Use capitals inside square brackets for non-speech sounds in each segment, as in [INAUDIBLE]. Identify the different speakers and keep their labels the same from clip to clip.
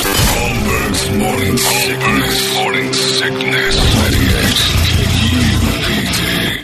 Speaker 1: Holmberg's morning sickness. Morning sickness. 98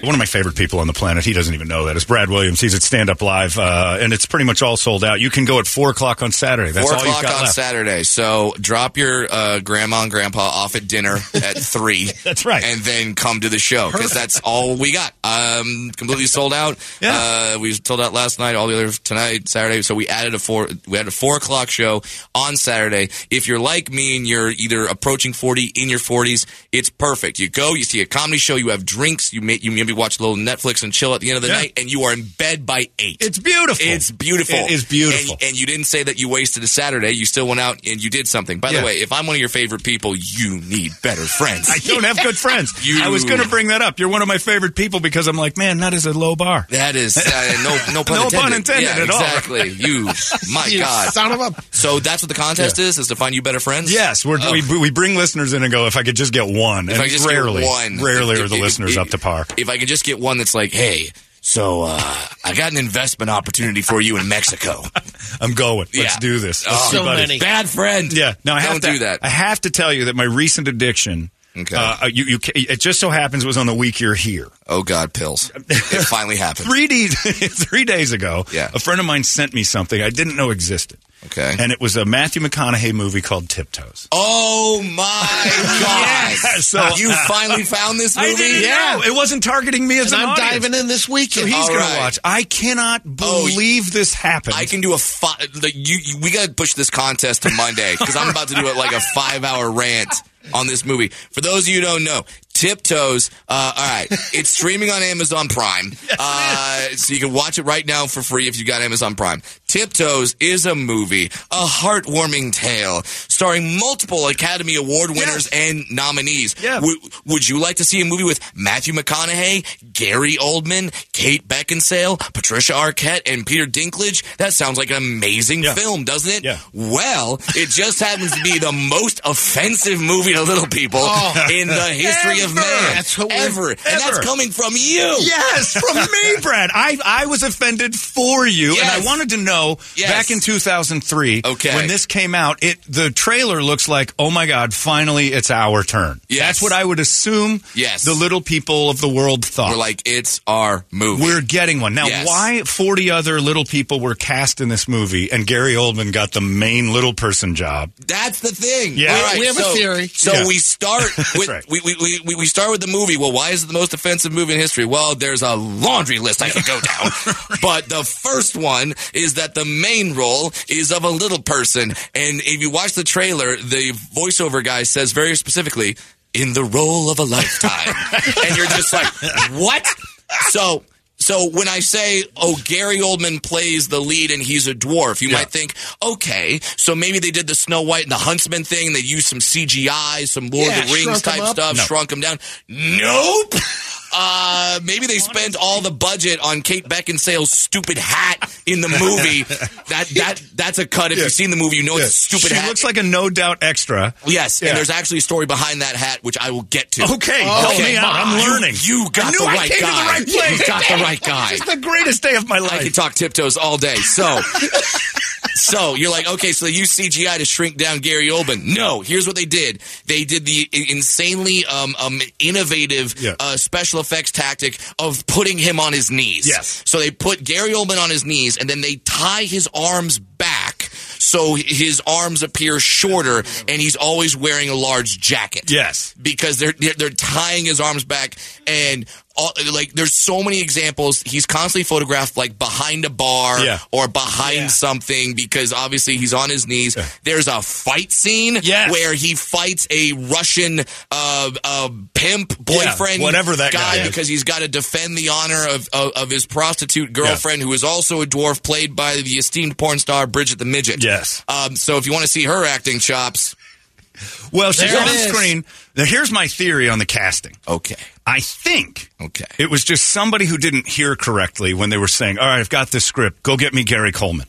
Speaker 2: One of my favorite people on the planet, he doesn't even know that, is Brad Williams. He's at Stand Up Live, uh, and it's pretty much all sold out. You can go at 4 o'clock on Saturday. That's
Speaker 3: Four
Speaker 2: all you've
Speaker 3: o'clock
Speaker 2: got
Speaker 3: on
Speaker 2: left.
Speaker 3: Saturday. So drop your uh, grandma and grandpa off at
Speaker 2: [LAUGHS]
Speaker 3: dinner at three.
Speaker 2: That's right.
Speaker 3: And then come to the show because that's all we got. Um, completely sold out.
Speaker 2: Yeah.
Speaker 3: Uh, we sold out last night. All the other tonight, Saturday. So we added a four. We had a four o'clock show on Saturday. If you're like me and you're either approaching forty, in your forties, it's perfect. You go, you see a comedy show, you have drinks, you may, you maybe watch a little Netflix and chill at the end of the
Speaker 2: Yeah.
Speaker 3: night, and you are in bed by eight.
Speaker 2: It's beautiful.
Speaker 3: It's beautiful.
Speaker 2: It is beautiful.
Speaker 3: And, and you didn't say that you wasted a Saturday. You still went out and you did something. By
Speaker 2: Yeah.
Speaker 3: the way, if I'm one of your favorite people, you need better friends.
Speaker 2: I don't have good friends.
Speaker 3: [LAUGHS] You-
Speaker 2: I was going to bring that up. You're one of my favorite people because I'm like, man, that is a low bar.
Speaker 3: that is uh, no
Speaker 2: [LAUGHS]
Speaker 3: no pun
Speaker 2: No
Speaker 3: intended.
Speaker 2: pun intended
Speaker 3: yeah,
Speaker 2: at all.
Speaker 3: exactly. You,
Speaker 2: [LAUGHS]
Speaker 3: my God.
Speaker 4: Son of a.
Speaker 3: So that's what the contest is: is to find you better friends.
Speaker 2: Yes, we're,
Speaker 3: Oh.
Speaker 2: we we bring listeners in and go. If I could just get one,
Speaker 3: If
Speaker 2: and
Speaker 3: I just
Speaker 2: rarely,
Speaker 3: get one,
Speaker 2: rarely
Speaker 3: if- [LAUGHS]
Speaker 2: are the
Speaker 3: if-
Speaker 2: listeners
Speaker 3: if-
Speaker 2: up to par.
Speaker 3: If I could just get one that's like, hey. So uh, I got an investment opportunity for you
Speaker 2: [LAUGHS]
Speaker 3: in Mexico.
Speaker 2: I'm going. Let's
Speaker 3: Yeah.
Speaker 2: do this.
Speaker 3: Oh,
Speaker 2: Let's be
Speaker 3: so
Speaker 2: buddies.
Speaker 4: many.
Speaker 3: Bad friend.
Speaker 2: Yeah. No, I have
Speaker 3: don't
Speaker 2: to,
Speaker 3: do that.
Speaker 2: I have to tell you that my recent addiction.
Speaker 3: Okay.
Speaker 2: Uh, you, you, ca- it just so happens it was on the week you're here.
Speaker 3: oh God, pills! It finally happened.
Speaker 2: Three days, [LAUGHS] three days ago,
Speaker 3: Yeah.
Speaker 2: a friend of mine sent me something I didn't know existed.
Speaker 3: Okay.
Speaker 2: And it was a Matthew McConaughey movie called Tiptoes.
Speaker 3: Oh my
Speaker 2: [LAUGHS]
Speaker 3: god!
Speaker 2: Yeah, so-
Speaker 3: you finally found this movie?
Speaker 2: I didn't know. It wasn't targeting me as
Speaker 4: And
Speaker 2: an
Speaker 4: I'm
Speaker 2: audience.
Speaker 4: diving in this
Speaker 2: So
Speaker 4: weekend.
Speaker 2: he's
Speaker 3: All
Speaker 2: going to
Speaker 3: right.
Speaker 2: watch. I cannot
Speaker 3: Oh,
Speaker 2: believe this happened.
Speaker 3: I can do a five. Like you, you, we got to push this contest to Monday because I'm about to do it like a five-hour rant on this movie. For those of you who don't know, Tiptoes. Uh, all right, it's streaming on Amazon Prime,
Speaker 2: [LAUGHS]
Speaker 3: uh, so you can watch it right now for free if you got Amazon Prime. Tiptoes is a movie, a heartwarming tale starring multiple Academy Award winners and nominees.
Speaker 2: Yeah.
Speaker 3: W- would you like to see a movie with Matthew McConaughey, Gary Oldman, Kate Beckinsale, Patricia Arquette, and Peter Dinklage? That sounds like an amazing
Speaker 2: Yeah.
Speaker 3: film, doesn't it?
Speaker 2: Yeah.
Speaker 3: Well, it just happens to be the most offensive movie to little people in the history of
Speaker 2: Oh. Ever.
Speaker 3: man.
Speaker 4: That's what we're-
Speaker 3: ever. And that's
Speaker 2: Ever.
Speaker 3: coming from you.
Speaker 2: Yes,
Speaker 3: [LAUGHS]
Speaker 2: from me, Brad. I, I was offended for you, and
Speaker 3: Yes.
Speaker 2: I wanted to know
Speaker 3: Yes.
Speaker 2: back in 2003
Speaker 3: Okay.
Speaker 2: when this came out. It the trailer looks like, oh my god, finally it's our turn.
Speaker 3: Yes.
Speaker 2: That's what I would assume.
Speaker 3: Yes.
Speaker 2: the little people of the world thought.
Speaker 3: We're like, it's our movie.
Speaker 2: We're getting one now.
Speaker 3: Yes.
Speaker 2: Why forty other little people were cast in this movie, and Gary Oldman got the main little person job?
Speaker 3: That's the thing.
Speaker 2: Yeah.
Speaker 3: All right,
Speaker 4: We have a
Speaker 3: so-
Speaker 4: theory.
Speaker 3: So
Speaker 2: Yeah. [LAUGHS]
Speaker 3: we start with
Speaker 2: right.
Speaker 3: we, we, we- we, we start with the movie. Well, why is it the most offensive movie in history? Well, there's a laundry list I could
Speaker 4: [LAUGHS]
Speaker 3: go down. But the first one is that the main role is of a little person. And if you watch the trailer, the voiceover guy says very specifically, in the role of a lifetime.
Speaker 4: [LAUGHS]
Speaker 3: and you're just like, what? So so when I say, oh, Gary Oldman plays the lead and he's a dwarf, you might think, okay, so maybe they did the Snow White and the Huntsman thing. They used some CGI, some Lord
Speaker 4: Yeah,
Speaker 3: of the Rings
Speaker 4: shrunk 'em
Speaker 3: type
Speaker 4: up.
Speaker 3: stuff, shrunk him down. Nope. Uh, maybe they spent all the budget on Kate Beckinsale's stupid hat in the
Speaker 2: [LAUGHS]
Speaker 3: movie. that that that's a cut. If you've seen the movie, you know it's a stupid
Speaker 2: she
Speaker 3: hat.
Speaker 2: looks like a no doubt extra.
Speaker 3: yes,
Speaker 2: Yeah.
Speaker 3: and there's actually a story behind that hat, which I will get to.
Speaker 2: Oh, Okay, help
Speaker 3: Okay.
Speaker 2: me out. I'm
Speaker 3: You-
Speaker 2: learning.
Speaker 3: You,
Speaker 2: I
Speaker 3: got
Speaker 2: knew
Speaker 3: the
Speaker 2: I
Speaker 3: right
Speaker 2: came to the
Speaker 3: guy.
Speaker 2: right place.
Speaker 3: You got the right guy.
Speaker 2: It's the greatest day of my
Speaker 3: I
Speaker 2: life.
Speaker 3: could talk tiptoes all day. So, [LAUGHS] so you're like, okay, so they use CGI to shrink down Gary Oldman. No, here's what they did. They did the i- insanely um, um, innovative
Speaker 2: Yeah.
Speaker 3: uh, special effects tactic of putting him on his knees.
Speaker 2: Yes.
Speaker 3: So they put Gary Oldman on his knees, and then they tie his arms back. So his arms appear shorter, and he's always wearing a large jacket
Speaker 2: Yes.
Speaker 3: because they're they're, they're tying his arms back and all, like there's so many examples. He's constantly photographed like behind a bar
Speaker 2: Yeah.
Speaker 3: or behind
Speaker 4: Yeah.
Speaker 3: something because obviously he's on his knees. There's a fight scene
Speaker 4: Yes.
Speaker 3: where he fights a Russian uh, uh, pimp boyfriend,
Speaker 2: whatever that guy is.
Speaker 3: because he's got to defend the honor of, of, of his prostitute girlfriend who is also a dwarf, played by the esteemed porn star Bridget the Midget.
Speaker 2: Yes.
Speaker 3: Um, so if you want to see her acting chops,
Speaker 2: Well, she's
Speaker 3: There
Speaker 2: on
Speaker 3: it is.
Speaker 2: screen. Now, here's my theory on the casting.
Speaker 3: okay,
Speaker 2: I think
Speaker 3: okay.
Speaker 2: it was just somebody who didn't hear correctly when they were saying, "All right, I've got this script. Go get me Gary Coleman."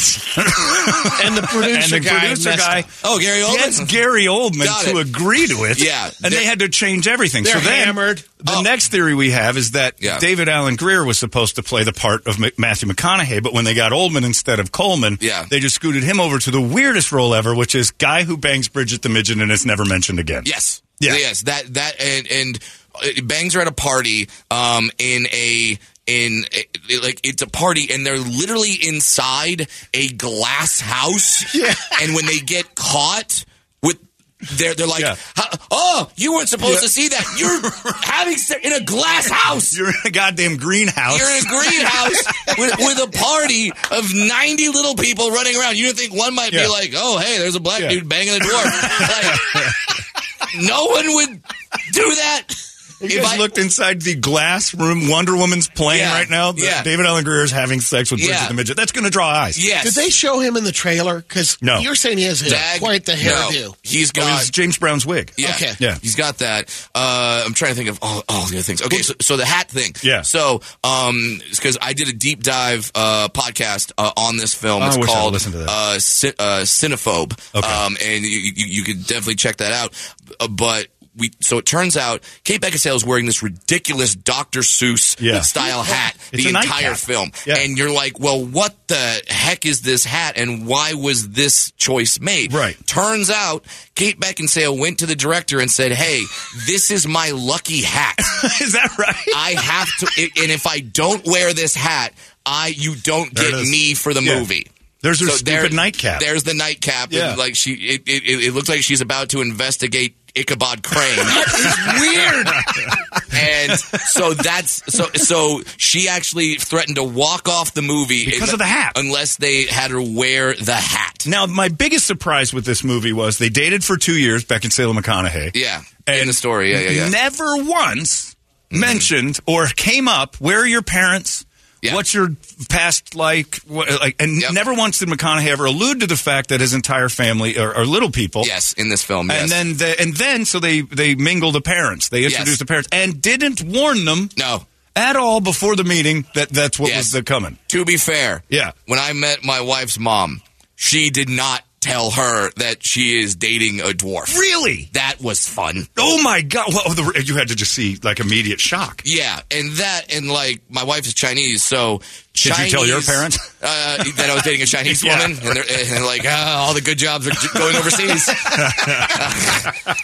Speaker 4: and [LAUGHS] the producer
Speaker 2: and the
Speaker 4: guy
Speaker 2: producer
Speaker 4: messed
Speaker 2: guy
Speaker 4: up.
Speaker 3: Oh, Gary Oldman.
Speaker 2: gets Gary Oldman
Speaker 3: Got
Speaker 2: to
Speaker 3: it.
Speaker 2: agree to it.
Speaker 3: Yeah.
Speaker 2: and they
Speaker 3: They're-
Speaker 2: had to change everything. So
Speaker 4: They're
Speaker 2: then,
Speaker 4: hammered.
Speaker 2: the
Speaker 3: Oh.
Speaker 2: next theory we have is that
Speaker 3: Yeah.
Speaker 2: David Allen Greer was supposed to play the part of M- Matthew McConaughey, but when they got Oldman instead of Coleman,
Speaker 3: Yeah.
Speaker 2: they just scooted him over to the weirdest role ever, which is guy who bangs Bridget the midget and is never mentioned again.
Speaker 3: Yes.
Speaker 2: Yeah.
Speaker 3: Yes. That that and and uh, bangs are at a party um in a in a, like it's a party and they're literally inside a glass house. Yeah. And when they get caught with they're they're like,
Speaker 2: Yeah.
Speaker 3: "Huh? oh, you weren't supposed to see that. You're having se- in a glass house.
Speaker 2: You're in a goddamn greenhouse.
Speaker 3: You're in a greenhouse with, with a party of 90 little people running around. You didn't think one might
Speaker 2: Yeah.
Speaker 3: be like, oh, hey, there's a black
Speaker 2: Yeah.
Speaker 3: dude banging a
Speaker 2: [LAUGHS]
Speaker 3: dwarf. like, no one would do that.
Speaker 2: you
Speaker 3: If
Speaker 2: guys
Speaker 3: I-
Speaker 2: looked inside the glass room. Wonder Woman's playing
Speaker 3: Yeah.
Speaker 2: right now. The-
Speaker 3: Yeah.
Speaker 2: David Allen Greer is having sex with Bridget
Speaker 3: Yeah.
Speaker 2: the midget. That's going to draw eyes.
Speaker 3: yes.
Speaker 4: Did they show him in the trailer? Because
Speaker 2: No.
Speaker 4: you're saying he has
Speaker 3: Dag-
Speaker 4: quite the hairdo.
Speaker 3: No, he's
Speaker 2: Oh, it
Speaker 3: got.
Speaker 2: was James Brown's wig.
Speaker 3: Yeah.
Speaker 4: Okay.
Speaker 2: Yeah.
Speaker 3: He's got that. Uh, I'm trying to think of all, all the other things. Okay, so, so the hat thing.
Speaker 2: Yeah.
Speaker 3: So, um, because I did a deep dive uh, podcast uh, on this film.
Speaker 2: I
Speaker 3: it's
Speaker 2: wish I
Speaker 3: called
Speaker 2: listened to that.
Speaker 3: Uh, Cin- uh, Cinephobe.
Speaker 2: Okay.
Speaker 3: Um, and you, you, you could definitely check that out. Uh, but we so it turns out Kate Beckinsale is wearing this ridiculous Dr. Seuss
Speaker 2: Yeah.
Speaker 3: style hat
Speaker 2: It's
Speaker 3: the
Speaker 2: a nightcap.
Speaker 3: entire film,
Speaker 2: Yeah.
Speaker 3: and you're like, well, what the heck is this hat, and why was this choice made?
Speaker 2: Right.
Speaker 3: Turns out Kate Beckinsale went to the director and said, "Hey, this is my lucky hat.
Speaker 2: [LAUGHS] is that right?
Speaker 3: I have to, [LAUGHS] i- and if I don't wear this hat, I you don't
Speaker 2: There it
Speaker 3: get
Speaker 2: is.
Speaker 3: me for the
Speaker 2: Yeah.
Speaker 3: movie."
Speaker 2: There's her
Speaker 3: there-
Speaker 2: stupid nightcap.
Speaker 3: There's the nightcap.
Speaker 2: Yeah.
Speaker 3: And like she, it, it, it it looks like she's about to investigate Ichabod Crane. it's weird. and so that's so so she actually threatened to walk off the movie
Speaker 2: Because of the hat.
Speaker 3: unless they had her wear the hat.
Speaker 2: Now, my biggest surprise with this movie was they dated for two years, Beckinsale and McConaughey.
Speaker 3: Yeah, in the story. Yeah, yeah, Mm-hmm. yeah.
Speaker 2: Never once mentioned or came up, where are your parents?
Speaker 3: Yeah.
Speaker 2: What's your past like? What, like and
Speaker 3: Yep.
Speaker 2: never once did McConaughey ever allude to the fact that his entire family are, are little people.
Speaker 3: Yes, in this film.
Speaker 2: And
Speaker 3: Yes.
Speaker 2: then, the, and then, so they they mingle the parents. They introduce
Speaker 3: Yes.
Speaker 2: the parents and didn't warn them
Speaker 3: no.
Speaker 2: at all before the meeting that that's what was
Speaker 3: Yes.
Speaker 2: the coming.
Speaker 3: To be fair,
Speaker 2: Yeah.
Speaker 3: When I met my wife's mom, she did not tell her that she is dating a dwarf.
Speaker 2: Really?
Speaker 3: That was fun.
Speaker 2: Oh my god! Well, the, you had to just see like immediate shock.
Speaker 3: Yeah, and that and like my wife is Chinese, so
Speaker 2: you
Speaker 3: Chinese,
Speaker 2: tell your parents?
Speaker 3: uh, that I was dating a
Speaker 2: [LAUGHS]
Speaker 3: Chinese
Speaker 2: Yeah,
Speaker 3: woman? And they're, and they're like, ah, all the good jobs are j- going
Speaker 2: [LAUGHS]
Speaker 3: overseas. [LAUGHS]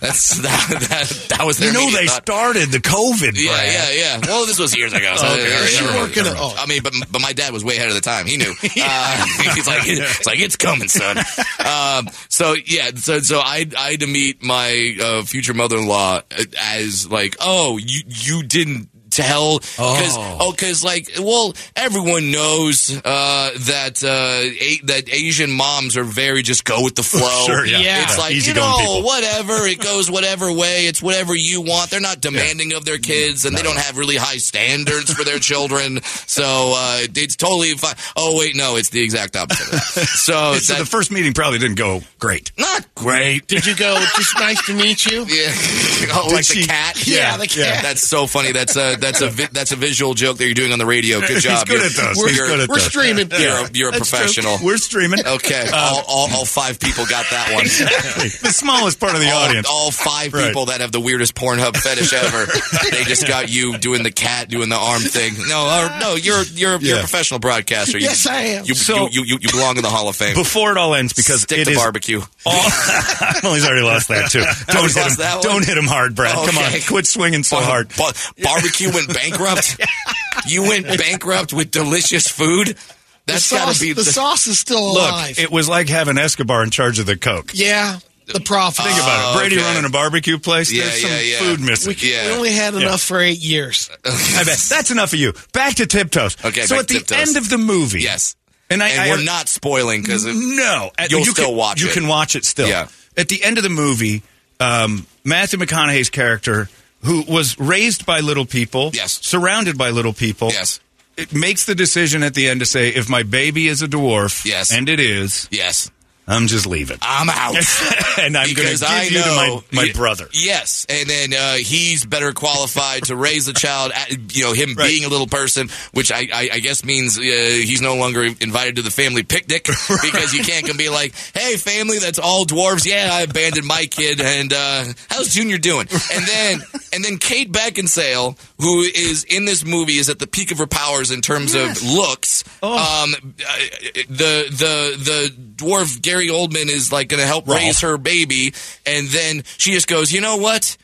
Speaker 3: That's that, that, that was their
Speaker 2: You know
Speaker 3: immediate
Speaker 2: they
Speaker 3: thought.
Speaker 2: started the COVID.
Speaker 3: Yeah,
Speaker 2: Brad.
Speaker 3: yeah, yeah. Well, this was years ago. So
Speaker 2: Okay.
Speaker 3: I,
Speaker 2: They
Speaker 4: They
Speaker 2: were
Speaker 3: never-
Speaker 4: weren't gonna- oh,
Speaker 3: I mean, but but my dad was way ahead of the time. He
Speaker 2: [LAUGHS]
Speaker 3: knew. uh, [LAUGHS] he's like, it's like it's coming, son. um, so yeah, so so I I had to meet my uh, future mother in law as like, oh, you you didn't tell because
Speaker 4: Oh.
Speaker 3: oh because like well everyone knows uh that uh a- that asian moms are very just go with the flow
Speaker 2: Sure, yeah.
Speaker 4: Yeah.
Speaker 3: it's like you
Speaker 2: Easygoing
Speaker 3: know
Speaker 2: people.
Speaker 3: whatever it goes whatever way it's whatever you want they're not demanding of their kids and they don't have really high standards for their children so uh, it's totally fine oh wait no it's the exact opposite of that.
Speaker 2: [LAUGHS]
Speaker 3: so,
Speaker 2: So
Speaker 3: that,
Speaker 2: the first meeting probably didn't go great.
Speaker 3: not great
Speaker 4: Did you go? Just nice to
Speaker 2: [LAUGHS]
Speaker 4: meet you.
Speaker 3: yeah [LAUGHS] oh,
Speaker 2: Did
Speaker 3: like
Speaker 2: she-
Speaker 3: the cat
Speaker 4: Yeah,
Speaker 2: Yeah,
Speaker 4: the
Speaker 2: yeah.
Speaker 4: cat.
Speaker 3: that's so funny that's a that's a vi- that's a visual joke that you're doing on the radio good job
Speaker 2: He's good
Speaker 3: You're-
Speaker 2: at those.
Speaker 3: you're-
Speaker 2: He's good at
Speaker 4: We're
Speaker 2: those.
Speaker 4: streaming.
Speaker 3: you're, a, you're a
Speaker 4: That's true.
Speaker 3: professional
Speaker 2: We're Um, streaming.
Speaker 3: okay all, all, all five people got that
Speaker 2: [LAUGHS]
Speaker 3: one
Speaker 2: the smallest part of the
Speaker 3: all,
Speaker 2: audience.
Speaker 3: all five
Speaker 2: Right.
Speaker 3: people that have the weirdest Pornhub fetish
Speaker 2: [LAUGHS]
Speaker 3: ever. they just got you doing the cat, doing the arm thing. No, or, no, you're you're,
Speaker 2: Yeah.
Speaker 3: you're a professional broadcaster. You,
Speaker 4: Yes, I am.
Speaker 3: You,
Speaker 2: So-
Speaker 3: you, you, you belong in the Hall of Fame.
Speaker 2: Before it all ends, because
Speaker 3: Stick
Speaker 2: it
Speaker 3: to
Speaker 2: is
Speaker 3: barbecue.
Speaker 2: all. [LAUGHS] well, he's already lost that
Speaker 3: [LAUGHS]
Speaker 2: too. Don't
Speaker 3: Already
Speaker 2: hit him.
Speaker 3: lost that one?
Speaker 2: Don't hit him hard, Brad. Come on,
Speaker 3: Okay.
Speaker 2: quit swinging so
Speaker 3: Bar-
Speaker 2: hard.
Speaker 3: bar- barbecue
Speaker 2: [LAUGHS]
Speaker 3: went bankrupt. you went bankrupt with delicious food.
Speaker 4: The
Speaker 3: That's got
Speaker 4: sauce,
Speaker 3: to be
Speaker 4: the, sauce is still
Speaker 2: Look,
Speaker 4: alive.
Speaker 2: it was like having Escobar in charge of the coke.
Speaker 4: yeah. The profit.
Speaker 2: Think about it. Brady
Speaker 3: Oh, okay.
Speaker 2: running a barbecue place.
Speaker 3: Yeah,
Speaker 2: There's some
Speaker 3: yeah, yeah.
Speaker 2: food missing.
Speaker 4: We, c-
Speaker 3: Yeah.
Speaker 4: we only had enough for eight years.
Speaker 2: I bet. That's enough of you. Back to Tiptoes.
Speaker 3: Okay,
Speaker 2: So
Speaker 3: back
Speaker 2: at
Speaker 3: to
Speaker 2: the
Speaker 3: Tiptoes.
Speaker 2: end of the movie.
Speaker 3: Yes.
Speaker 2: And, I,
Speaker 3: And
Speaker 2: I- Mm-hmm.
Speaker 3: we're not spoiling because
Speaker 2: No. At-
Speaker 3: You'll
Speaker 2: you
Speaker 3: still
Speaker 2: can,
Speaker 3: watch
Speaker 2: You
Speaker 3: it.
Speaker 2: can watch it still.
Speaker 3: Yeah.
Speaker 2: At the end of the movie, um, Matthew McConaughey's character, who was raised by little people,
Speaker 3: Yes.
Speaker 2: surrounded by little people,
Speaker 3: Yes.
Speaker 2: it makes the decision at the end to say, if my baby is a dwarf,
Speaker 3: Yes.
Speaker 2: and it is,
Speaker 3: yes,
Speaker 2: I'm just leaving. [LAUGHS]
Speaker 3: I'm out.
Speaker 2: and I'm going to
Speaker 3: because
Speaker 2: give
Speaker 3: I
Speaker 2: you to my,
Speaker 3: know
Speaker 2: my
Speaker 3: Ye-
Speaker 2: brother.
Speaker 3: Yes, and then uh, he's better qualified to raise the child. uh, You know, him
Speaker 2: Right.
Speaker 3: being a little person, which I, I, I guess means uh, he's no longer invited to the family picnic because you can't can be like, "Hey, family, that's all dwarves." Yeah, I abandoned my kid, and uh, how's Junior doing? And then and then Kate Beckinsale, who is in this movie, is at the peak of her powers in terms of looks. Um, uh, the the the dwarf Gary Oldman is like going to help
Speaker 2: Ralph.
Speaker 3: raise her baby, and then she just goes, "You know what?"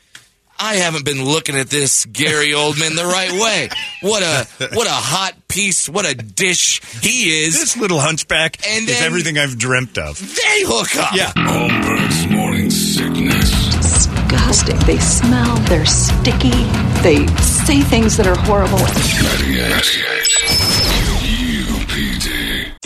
Speaker 3: I haven't been looking at this Gary Oldman the right way. What a what a hot piece, what a dish he is.
Speaker 2: This little hunchback
Speaker 3: And
Speaker 2: is
Speaker 3: then-
Speaker 2: everything I've dreamt of.
Speaker 3: They hook up.
Speaker 2: Yeah.
Speaker 1: Holmberg's morning sickness.
Speaker 5: disgusting. They smell, they're sticky, they say things that are horrible.
Speaker 1: 98. UPD.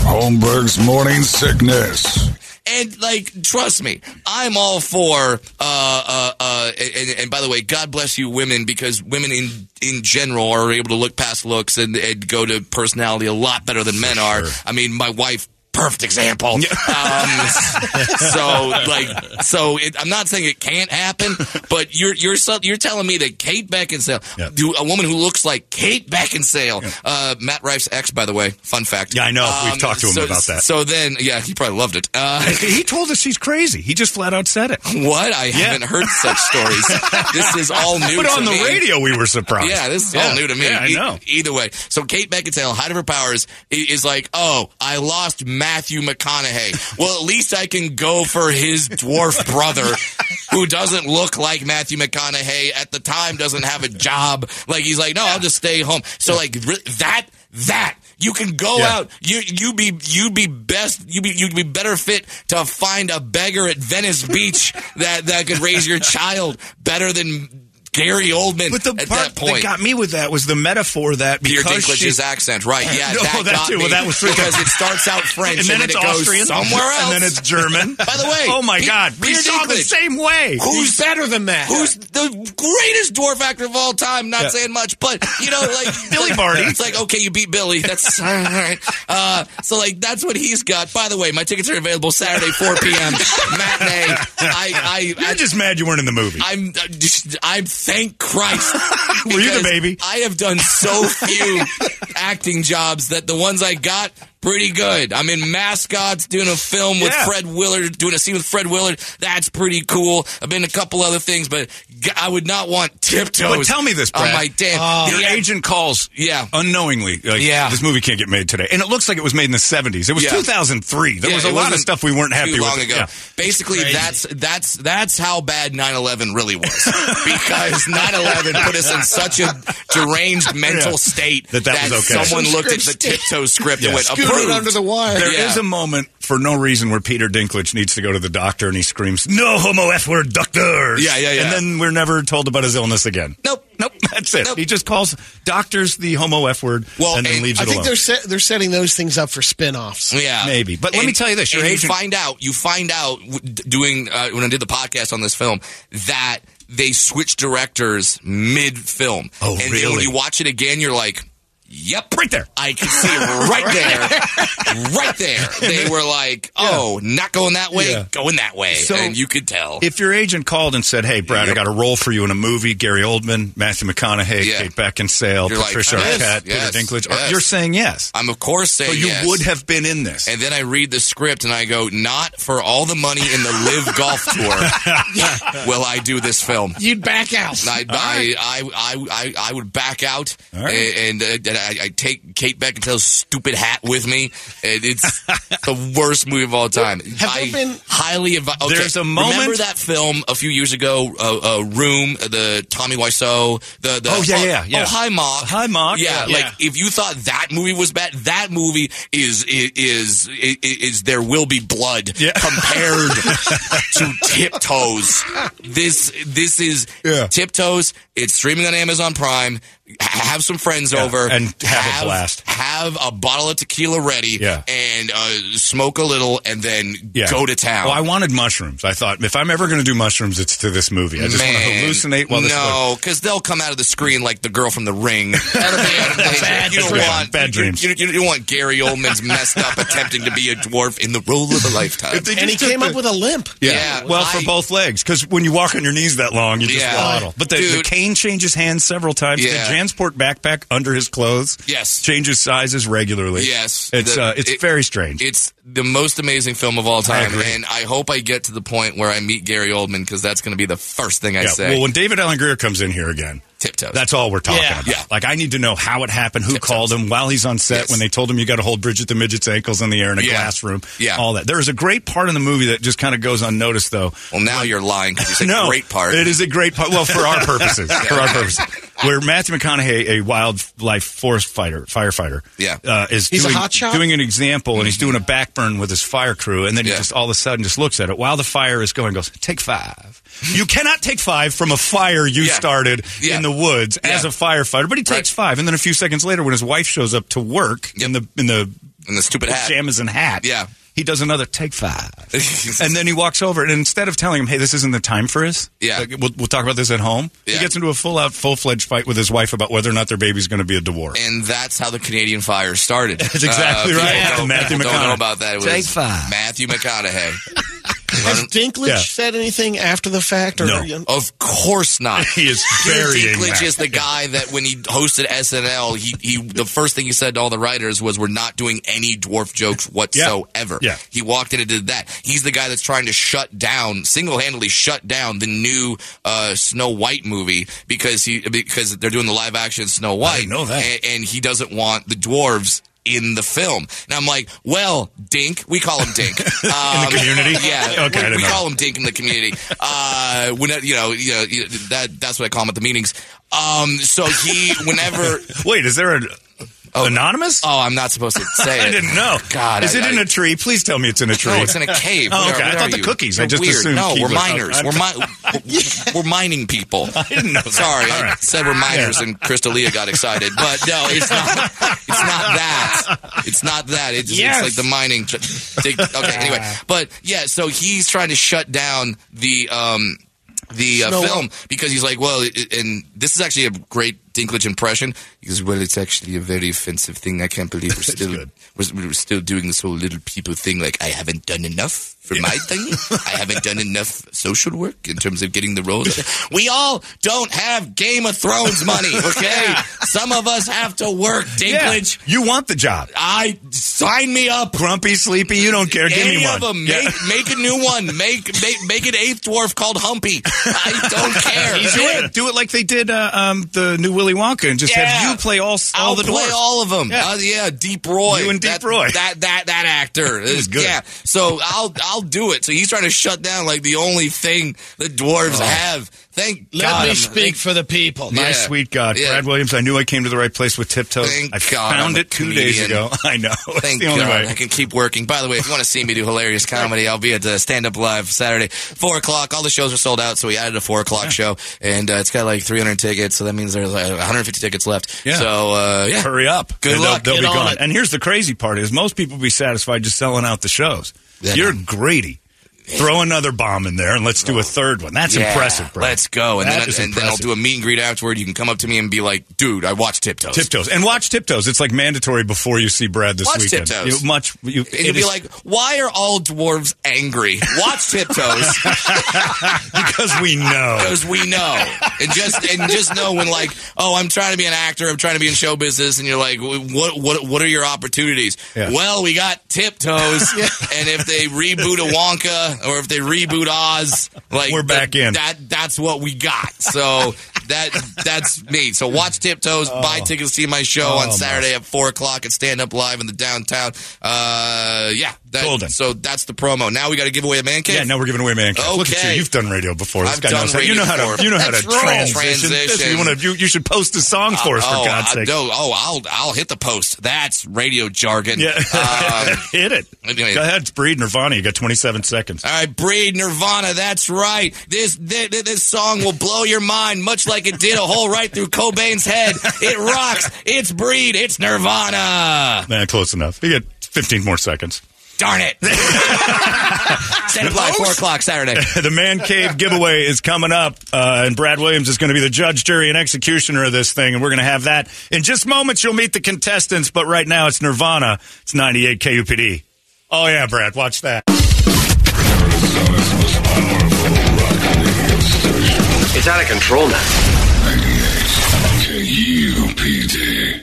Speaker 1: Holmberg's morning sickness.
Speaker 3: And like, trust me, I'm all for. Uh, uh, uh, and, and by the way, God bless you, women, because women in in general are able to look past looks and, and go to personality a lot better than men are. I mean, my wife. Perfect example. [LAUGHS] Um, so, like, so it, I'm not saying it can't happen, but you're you're so, you're telling me that Kate Beckinsale,
Speaker 2: Yeah.
Speaker 3: do a woman who looks like Kate Beckinsale, uh, Matt Rife's ex, by the way, fun fact. Um,
Speaker 2: Yeah, I know. We've talked to him
Speaker 3: so-
Speaker 2: about that.
Speaker 3: So then, yeah, he probably loved it. Uh,
Speaker 2: [LAUGHS] He told us he's crazy. He just flat out said it.
Speaker 3: what? I haven't heard such stories. this is
Speaker 2: [LAUGHS]
Speaker 3: all new.
Speaker 2: But
Speaker 3: to
Speaker 2: on the
Speaker 3: me.
Speaker 2: radio, we were surprised.
Speaker 3: Yeah, this is all new to me.
Speaker 2: Yeah, I
Speaker 3: E-
Speaker 2: know.
Speaker 3: either way, so Kate Beckinsale, height of her powers, i- is like, oh, I lost Matthew McConaughey. well, at least I can go for his dwarf
Speaker 2: [LAUGHS]
Speaker 3: brother, who doesn't look like Matthew McConaughey at the time, doesn't have a job. Like he's like, no, I'll just stay home. So like re- that, that. You can go
Speaker 2: Yeah.
Speaker 3: out. You you be you be best. You be you'd be better fit to find a beggar at Venice Beach [LAUGHS] that that could raise your child better than Gary Oldman.
Speaker 2: But the
Speaker 3: at
Speaker 2: part
Speaker 3: that point,
Speaker 2: that got me with that was the metaphor that
Speaker 3: Peter
Speaker 2: because she-
Speaker 3: Dinklage's accent, right? [LAUGHS] Yeah,
Speaker 2: No,
Speaker 3: that,
Speaker 2: that
Speaker 3: got
Speaker 2: too.
Speaker 3: me
Speaker 2: Well, that was freaking-
Speaker 3: because it starts [LAUGHS] out French
Speaker 2: and then it's
Speaker 3: it goes
Speaker 2: Austrian,
Speaker 3: somewhere else.
Speaker 2: and then it's German.
Speaker 3: [LAUGHS] By the way,
Speaker 2: oh my
Speaker 3: Pe-
Speaker 2: God, we
Speaker 3: Peter
Speaker 2: saw the
Speaker 3: Dinklage.
Speaker 2: same way.
Speaker 4: Who's better than that?
Speaker 3: Who's the greatest dwarf actor of all time? Not
Speaker 2: Yeah.
Speaker 3: saying much, but you know, [LAUGHS] like
Speaker 2: Billy
Speaker 3: like,
Speaker 2: Barty.
Speaker 3: It's like okay, you beat Billy. That's [LAUGHS] all right. Uh, so like that's what he's got. By the way, my tickets are available Saturday 4 [LAUGHS] p.m. matinee. I, I,
Speaker 2: You're
Speaker 3: I
Speaker 2: just mad you weren't in the movie.
Speaker 3: I'm uh, just- I'm
Speaker 2: [LAUGHS]
Speaker 3: thank Christ.
Speaker 2: Were you the
Speaker 3: because
Speaker 2: baby?
Speaker 3: I have done
Speaker 2: [LAUGHS]
Speaker 3: so few acting jobs that the ones I got pretty good. I'm in Mascots doing a film with
Speaker 2: Yeah.
Speaker 3: Fred Willard, doing a scene with Fred Willard. That's pretty cool. I've been in a couple other things, but g- I would not want tiptoes.
Speaker 2: But tell me this,
Speaker 3: on
Speaker 2: Brad. Oh,
Speaker 3: my damn.
Speaker 2: Your
Speaker 3: Yeah.
Speaker 2: agent calls
Speaker 3: Yeah.
Speaker 2: unknowingly. Like,
Speaker 3: Yeah.
Speaker 2: This movie can't get made today. And it looks like it was made in the 70s. It was
Speaker 3: Yeah.
Speaker 2: 2003. There
Speaker 3: Yeah,
Speaker 2: was a
Speaker 3: it
Speaker 2: lot of
Speaker 3: wasn't
Speaker 2: stuff we weren't happy
Speaker 3: too
Speaker 2: with.
Speaker 3: long ago.
Speaker 2: Yeah.
Speaker 3: Basically,
Speaker 4: Crazy.
Speaker 3: that's that's that's how bad 9/11 really was [LAUGHS] because 9/11 put us in such a deranged mental
Speaker 2: [LAUGHS] Yeah.
Speaker 3: state
Speaker 2: That that was okay.
Speaker 3: someone looked at the
Speaker 4: Script state.
Speaker 3: tiptoe script
Speaker 2: Yeah.
Speaker 3: and went
Speaker 4: Scooted
Speaker 3: approved.
Speaker 4: under the wire?
Speaker 2: There is
Speaker 3: Yeah.
Speaker 2: a moment for no reason where Peter Dinklage needs to go to the doctor and he screams, "No homo f word doctors!"
Speaker 3: Yeah, yeah, yeah.
Speaker 2: And then we're never told about his illness again.
Speaker 3: Nope.
Speaker 2: nope. That's it.
Speaker 3: Nope.
Speaker 2: He just calls doctors the homo f word
Speaker 3: Well,
Speaker 2: and then
Speaker 3: and
Speaker 2: leaves
Speaker 4: I
Speaker 2: it
Speaker 4: think
Speaker 2: alone.
Speaker 4: they're set, they're setting those things up for spin-offs.
Speaker 3: Yeah,
Speaker 2: Maybe. But let me tell you this, your
Speaker 3: and
Speaker 2: agent-
Speaker 3: you find out. You find out w- d- doing uh, when I did the podcast on this film that they switched directors mid-film.
Speaker 2: Oh,
Speaker 3: and then
Speaker 2: really?
Speaker 3: when you watch it again, you're like. Yep.
Speaker 2: Right there.
Speaker 3: I can
Speaker 2: [LAUGHS]
Speaker 3: see it right there. right there. They were like, oh, not going that way,
Speaker 2: Yeah.
Speaker 3: going that way.
Speaker 2: So-
Speaker 3: and you could tell.
Speaker 2: If your agent called and said, "Hey, Brad, I got a role for you in a movie," Gary Oldman, Matthew McConaughey,
Speaker 3: Yeah.
Speaker 2: Kate Beckinsale,
Speaker 3: You're like,
Speaker 2: Patricia
Speaker 3: yes,
Speaker 2: Arquette,
Speaker 3: yes,
Speaker 2: Peter Dinklage, uh,
Speaker 3: yes.
Speaker 2: you're saying yes.
Speaker 3: I'm, of course, saying
Speaker 2: so you
Speaker 3: yes.
Speaker 2: would have been in this.
Speaker 3: And then I read the script and I go, not for all the money in the
Speaker 2: [LAUGHS]
Speaker 3: live golf tour will I do this film.
Speaker 4: You'd back out.
Speaker 3: I, I, I, I, I would back out
Speaker 2: All right.
Speaker 3: and, and, uh, and I, I take Kate Beckinsale's stupid hat with me. And
Speaker 2: [LAUGHS]
Speaker 3: it's the worst movie of all time.
Speaker 4: Have
Speaker 3: I
Speaker 4: there been-
Speaker 3: highly advise. Okay,
Speaker 2: There's a moment-
Speaker 3: Remember that film a few years ago, uh, uh, Room, the Tommy Wiseau, the, the
Speaker 2: Oh, yeah, yeah, yeah.
Speaker 3: oh Hi Mock,
Speaker 2: Hi, Mock.
Speaker 3: Yeah,
Speaker 2: Yeah.
Speaker 3: like if you thought that movie was bad, that movie is is is, is, There Will Be Blood
Speaker 2: Yeah.
Speaker 3: [LAUGHS] compared to Tiptoes. This this is
Speaker 2: Yeah.
Speaker 3: Tiptoes. It's streaming on Amazon Prime. H- have some friends over
Speaker 2: and have a blast.
Speaker 3: Have a bottle of tequila ready.
Speaker 2: Yeah.
Speaker 3: and uh, smoke a little, and then
Speaker 2: Yeah.
Speaker 3: go to town.
Speaker 2: Well, I wanted mushrooms. I thought if I'm ever going to do mushrooms, it's to this movie. I just want to
Speaker 3: Man,
Speaker 2: hallucinate while this.
Speaker 3: no, because they'll come out of the screen like the girl from The Ring. That'll be out of
Speaker 2: [LAUGHS]
Speaker 3: the-
Speaker 2: Bad
Speaker 3: you don't
Speaker 2: dreams.
Speaker 3: want
Speaker 2: Bad
Speaker 3: you-
Speaker 2: dreams.
Speaker 3: You, you don't want Gary Oldman's messed up attempting to be a dwarf in the role of a lifetime.
Speaker 2: They
Speaker 4: and he
Speaker 2: just took
Speaker 4: came
Speaker 2: the-
Speaker 4: up with a limp.
Speaker 2: Yeah.
Speaker 3: Yeah,
Speaker 2: Well, for
Speaker 3: I-
Speaker 2: both legs, because when you walk on your knees that long, you just
Speaker 3: Yeah.
Speaker 2: waddle. But the, the
Speaker 3: Dude.
Speaker 2: cane changes hands several times.
Speaker 3: Yeah.
Speaker 2: The Jansport backpack under his clothes.
Speaker 3: Yes.
Speaker 2: Changes sizes regularly.
Speaker 3: Yes.
Speaker 2: It's
Speaker 3: The-
Speaker 2: uh, it's
Speaker 3: it-
Speaker 2: very strange.
Speaker 3: It's the most amazing film of all time,
Speaker 2: agree.
Speaker 3: and I hope I get to the point where I meet Gary Oldman because that's going to be the first thing I
Speaker 2: yeah.
Speaker 3: say.
Speaker 2: Well, when David Allen Greer comes in here again,
Speaker 3: Tiptoes.
Speaker 2: that's all we're talking
Speaker 4: Yeah.
Speaker 2: about.
Speaker 3: Yeah.
Speaker 2: Like I need to know how it happened, who called him while he's on set,
Speaker 3: Yes.
Speaker 2: when they told him you got to hold Bridget the midget's ankles in the air in a
Speaker 3: Yeah.
Speaker 2: glass room.
Speaker 3: Yeah.
Speaker 2: All that. There is a great part in the movie that just kind of goes unnoticed, though.
Speaker 3: well, now you're lying because you
Speaker 2: [LAUGHS]
Speaker 3: said
Speaker 2: no,
Speaker 3: great part.
Speaker 2: It is a great part. Well, for
Speaker 3: [LAUGHS]
Speaker 2: our purposes, for our purposes, where Matthew McConaughey, a wildlife forest fighter, firefighter,
Speaker 3: Yeah.
Speaker 2: uh, is
Speaker 4: He's a
Speaker 2: doing,
Speaker 4: hotshot?
Speaker 2: doing an example, and he's doing a backburn with his fire crew, and then he
Speaker 3: Yeah.
Speaker 2: just all of a sudden just looks at it while the fire is going, goes, "Take five. You cannot take five from a fire you
Speaker 3: Yeah.
Speaker 2: started
Speaker 3: Yeah.
Speaker 2: in the woods as a
Speaker 3: Yeah.
Speaker 2: firefighter." But he takes five, and then a few seconds later, when his wife shows up to work in the in the
Speaker 3: in the stupid hat. [LAUGHS]
Speaker 2: pajamas and hat,
Speaker 3: Yeah.
Speaker 2: he does another take five. And then he walks over, and instead of telling him, "Hey, this isn't the time for us,"
Speaker 3: Yeah.
Speaker 2: like, we'll, we'll talk about this at home. He
Speaker 3: Yeah.
Speaker 2: gets into a full-out, full-fledged fight with his wife about whether or not their baby's going to be a dwarf.
Speaker 3: and that's how the Canadian Fire
Speaker 2: [LAUGHS]
Speaker 3: started. That's
Speaker 2: exactly right. Yeah. Matthew
Speaker 3: Matthew don't know
Speaker 2: McConaughey.
Speaker 3: about that. It was
Speaker 6: Take five.
Speaker 3: Matthew McConaughey.
Speaker 4: Has Dinklage
Speaker 2: Yeah.
Speaker 4: said anything after the fact? Or
Speaker 2: No.
Speaker 3: of course not.
Speaker 2: he
Speaker 3: [LAUGHS]
Speaker 2: is
Speaker 3: Peter
Speaker 2: burying
Speaker 3: Dinklage
Speaker 2: that.
Speaker 3: is the guy that when he hosted SNL, he, he the first thing he said to all the writers was, "We're not doing any dwarf jokes whatsoever."
Speaker 2: Yeah.
Speaker 3: He walked in and did that. He's the guy that's trying to shut down, single handedly shut down the new uh, Snow White movie because he because they're doing the live action Snow White.
Speaker 2: didn't know that.
Speaker 3: And, and he doesn't want the dwarves. In the film, and I'm like, well, Dink, we call him
Speaker 2: [LAUGHS]
Speaker 3: Dink um,
Speaker 2: community? Okay, I
Speaker 3: Yeah, we-
Speaker 2: didn't
Speaker 3: we
Speaker 2: know.
Speaker 3: call him Dink in the community. Uh, when you know, you know, you- that that's what I call him at the meetings. Um, so he,
Speaker 2: [LAUGHS]
Speaker 3: whenever,
Speaker 2: Wait, is there an anonymous?
Speaker 3: oh, I'm not supposed to say it.
Speaker 2: I didn't know.
Speaker 3: God,
Speaker 2: is
Speaker 3: I-
Speaker 2: it in
Speaker 3: I-
Speaker 2: a tree? Please tell me it's in a tree. [LAUGHS]
Speaker 3: No, it's in a [LAUGHS] cave.
Speaker 2: Oh,
Speaker 3: Where-
Speaker 2: okay. I
Speaker 3: where
Speaker 2: thought
Speaker 3: are
Speaker 2: the
Speaker 3: you?
Speaker 2: cookies. I
Speaker 3: You're
Speaker 2: just
Speaker 3: weird.
Speaker 2: assumed
Speaker 3: No,
Speaker 2: Keith
Speaker 3: we're
Speaker 2: was-
Speaker 3: miners.
Speaker 2: I'm-
Speaker 3: We're,
Speaker 2: [LAUGHS]
Speaker 3: mi- we're mining people.
Speaker 2: I didn't know. that.
Speaker 3: Sorry,
Speaker 2: All
Speaker 3: I
Speaker 2: right.
Speaker 3: said we're miners, and Crystalia got excited. But no, it's not. It's not that. It's not that. It's,
Speaker 4: Yes.
Speaker 3: it's like the mining. ch- dig- Okay,
Speaker 2: [LAUGHS]
Speaker 3: anyway, but yeah, so he's trying to shut down the um the uh,
Speaker 4: Snow
Speaker 3: film because he's like, well, it, and this is actually a great Dinklage impression because well, it's actually a very offensive thing. I can't
Speaker 2: [LAUGHS]
Speaker 3: believe we're still
Speaker 2: good.
Speaker 3: we're, we're still doing this whole little people thing. Like I haven't done enough for my thing. I haven't done enough social work in terms of getting the roles. We all don't have Game of
Speaker 2: [LAUGHS]
Speaker 3: Thrones money, okay? Some of us have to work,
Speaker 2: Yeah.
Speaker 3: Dinklage.
Speaker 2: You want the job?
Speaker 3: I sign me up.
Speaker 2: Grumpy, sleepy. You don't care. Give
Speaker 3: Any
Speaker 2: me
Speaker 3: of
Speaker 2: one.
Speaker 3: them,
Speaker 2: Yeah.
Speaker 3: make, make a new one. Make, make make an eighth dwarf called Humpy. I
Speaker 2: [LAUGHS]
Speaker 3: don't care.
Speaker 2: Do it. Do it like they did uh, um, the new Willy Wonka, and just
Speaker 3: Yeah.
Speaker 2: have you play all, all
Speaker 3: I'll
Speaker 2: the
Speaker 3: play
Speaker 2: dwarfs.
Speaker 3: all of them.
Speaker 2: Yeah.
Speaker 3: Yeah, yeah Deep Roy.
Speaker 2: You and Deep
Speaker 3: that,
Speaker 2: Roy.
Speaker 3: That that that
Speaker 2: [LAUGHS]
Speaker 3: actor is
Speaker 2: good.
Speaker 3: Yeah. So I'll I'll do it. So he's trying to shut down like the only thing the dwarves
Speaker 2: Oh.
Speaker 3: have. Thank
Speaker 4: Let
Speaker 3: God.
Speaker 4: me
Speaker 3: I'm-
Speaker 4: speak
Speaker 2: [LAUGHS]
Speaker 4: for the people.
Speaker 2: My
Speaker 3: Yeah.
Speaker 2: sweet God,
Speaker 3: Yeah.
Speaker 2: Brad Williams. I knew I came to the right place with tiptoes.
Speaker 3: Thank
Speaker 2: I
Speaker 3: God
Speaker 2: found
Speaker 3: I'm a
Speaker 2: it two days
Speaker 3: comedian.
Speaker 2: ago. [LAUGHS] I know. It's
Speaker 3: Thank
Speaker 2: the only
Speaker 3: God I
Speaker 2: way.
Speaker 3: can keep working. By the way, if you want to see me do hilarious comedy, I'll be at uh, Stand Up Live Saturday, 4 o'clock. All the shows are sold out, so we added a 4 o'clock show, and uh, it's got like 300 tickets, so that means there's uh, like 150 tickets left.
Speaker 2: Yeah.
Speaker 3: So, uh, yeah.
Speaker 2: Hurry up.
Speaker 3: Good
Speaker 2: And
Speaker 3: luck.
Speaker 2: They'll, they'll
Speaker 4: Get
Speaker 2: be
Speaker 4: on
Speaker 2: gone.
Speaker 4: it.
Speaker 2: And here's the crazy part: is most people be satisfied just selling out the shows.
Speaker 3: Yeah.
Speaker 2: You're greedy. Throw another bomb in there and let's do a third one. That's
Speaker 3: Oh. Yeah,
Speaker 2: impressive, bro.
Speaker 3: Let's go. And,
Speaker 2: That
Speaker 3: then,
Speaker 2: is
Speaker 3: and then I'll
Speaker 2: impressive.
Speaker 3: do a meet and greet afterward. You can come up to me and be like, dude, I watched Tiptoes.
Speaker 2: Tiptoes and watch Tiptoes. It's like mandatory before you see Brad this
Speaker 3: Watch
Speaker 2: weekend.
Speaker 3: Tiptoes.
Speaker 2: You, much you,
Speaker 3: And you'll
Speaker 2: it
Speaker 3: be
Speaker 2: is- [LAUGHS]
Speaker 3: like, why are all dwarves angry?
Speaker 2: [LAUGHS]
Speaker 3: Watch Tiptoes
Speaker 2: because
Speaker 3: [LAUGHS]
Speaker 2: we know.
Speaker 3: because we know. And just and just know when like, oh, I'm trying to be an actor, I'm trying to be in show business, and you're like, what what what are your opportunities?
Speaker 2: Yeah.
Speaker 3: Well, we got
Speaker 2: [LAUGHS]
Speaker 3: Tiptoes, and if they reboot a Wonka or if they reboot Oz, like
Speaker 2: We're back
Speaker 3: th-
Speaker 2: in.
Speaker 3: That that's what we got. So that that's me. So watch Tiptoes,
Speaker 2: Oh.
Speaker 3: buy tickets to see my show on Saturday at four o'clock at Stand Up Live in the downtown. Uh, yeah, that,
Speaker 2: Golden.
Speaker 3: So that's the promo. Now we got to give away a man cave.
Speaker 2: Yeah, now we're giving away man cave. Look at you.
Speaker 3: Okay.
Speaker 2: You've done radio before. This
Speaker 3: I've
Speaker 2: guy
Speaker 3: done
Speaker 2: knows how, you
Speaker 3: radio
Speaker 2: know how to
Speaker 3: before.
Speaker 2: you know how to
Speaker 3: Let's roll.
Speaker 2: transition. This-
Speaker 3: Transition.
Speaker 2: you, wanna, you, you should post a song for us
Speaker 3: oh,
Speaker 2: for God's
Speaker 3: I-
Speaker 2: sake.
Speaker 3: No, oh, I'll I'll hit the post. That's radio jargon.
Speaker 2: Yeah,
Speaker 3: Um,
Speaker 2: [LAUGHS] hit it.
Speaker 3: anyway.
Speaker 2: Go ahead, breed Nirvana. You got 27 seconds.
Speaker 3: all right, Breed Nirvana. That's right. This, this this song will blow your mind, much like it did a hole right through Cobain's head. It rocks. It's Breed. It's Nirvana.
Speaker 2: Nah, close enough. You get 15 more seconds. [LAUGHS]
Speaker 3: Darn it! Stand up live four o'clock Saturday.
Speaker 2: The man cave giveaway is coming up, uh, and Brad Williams is going to be the judge, jury, and executioner of this thing, and we're going to have that in just moments. You'll meet the contestants, but right now it's Nirvana. It's 98 KUPD. Oh yeah, Brad, watch that.
Speaker 7: It's out of control now.
Speaker 1: 98 KUPD.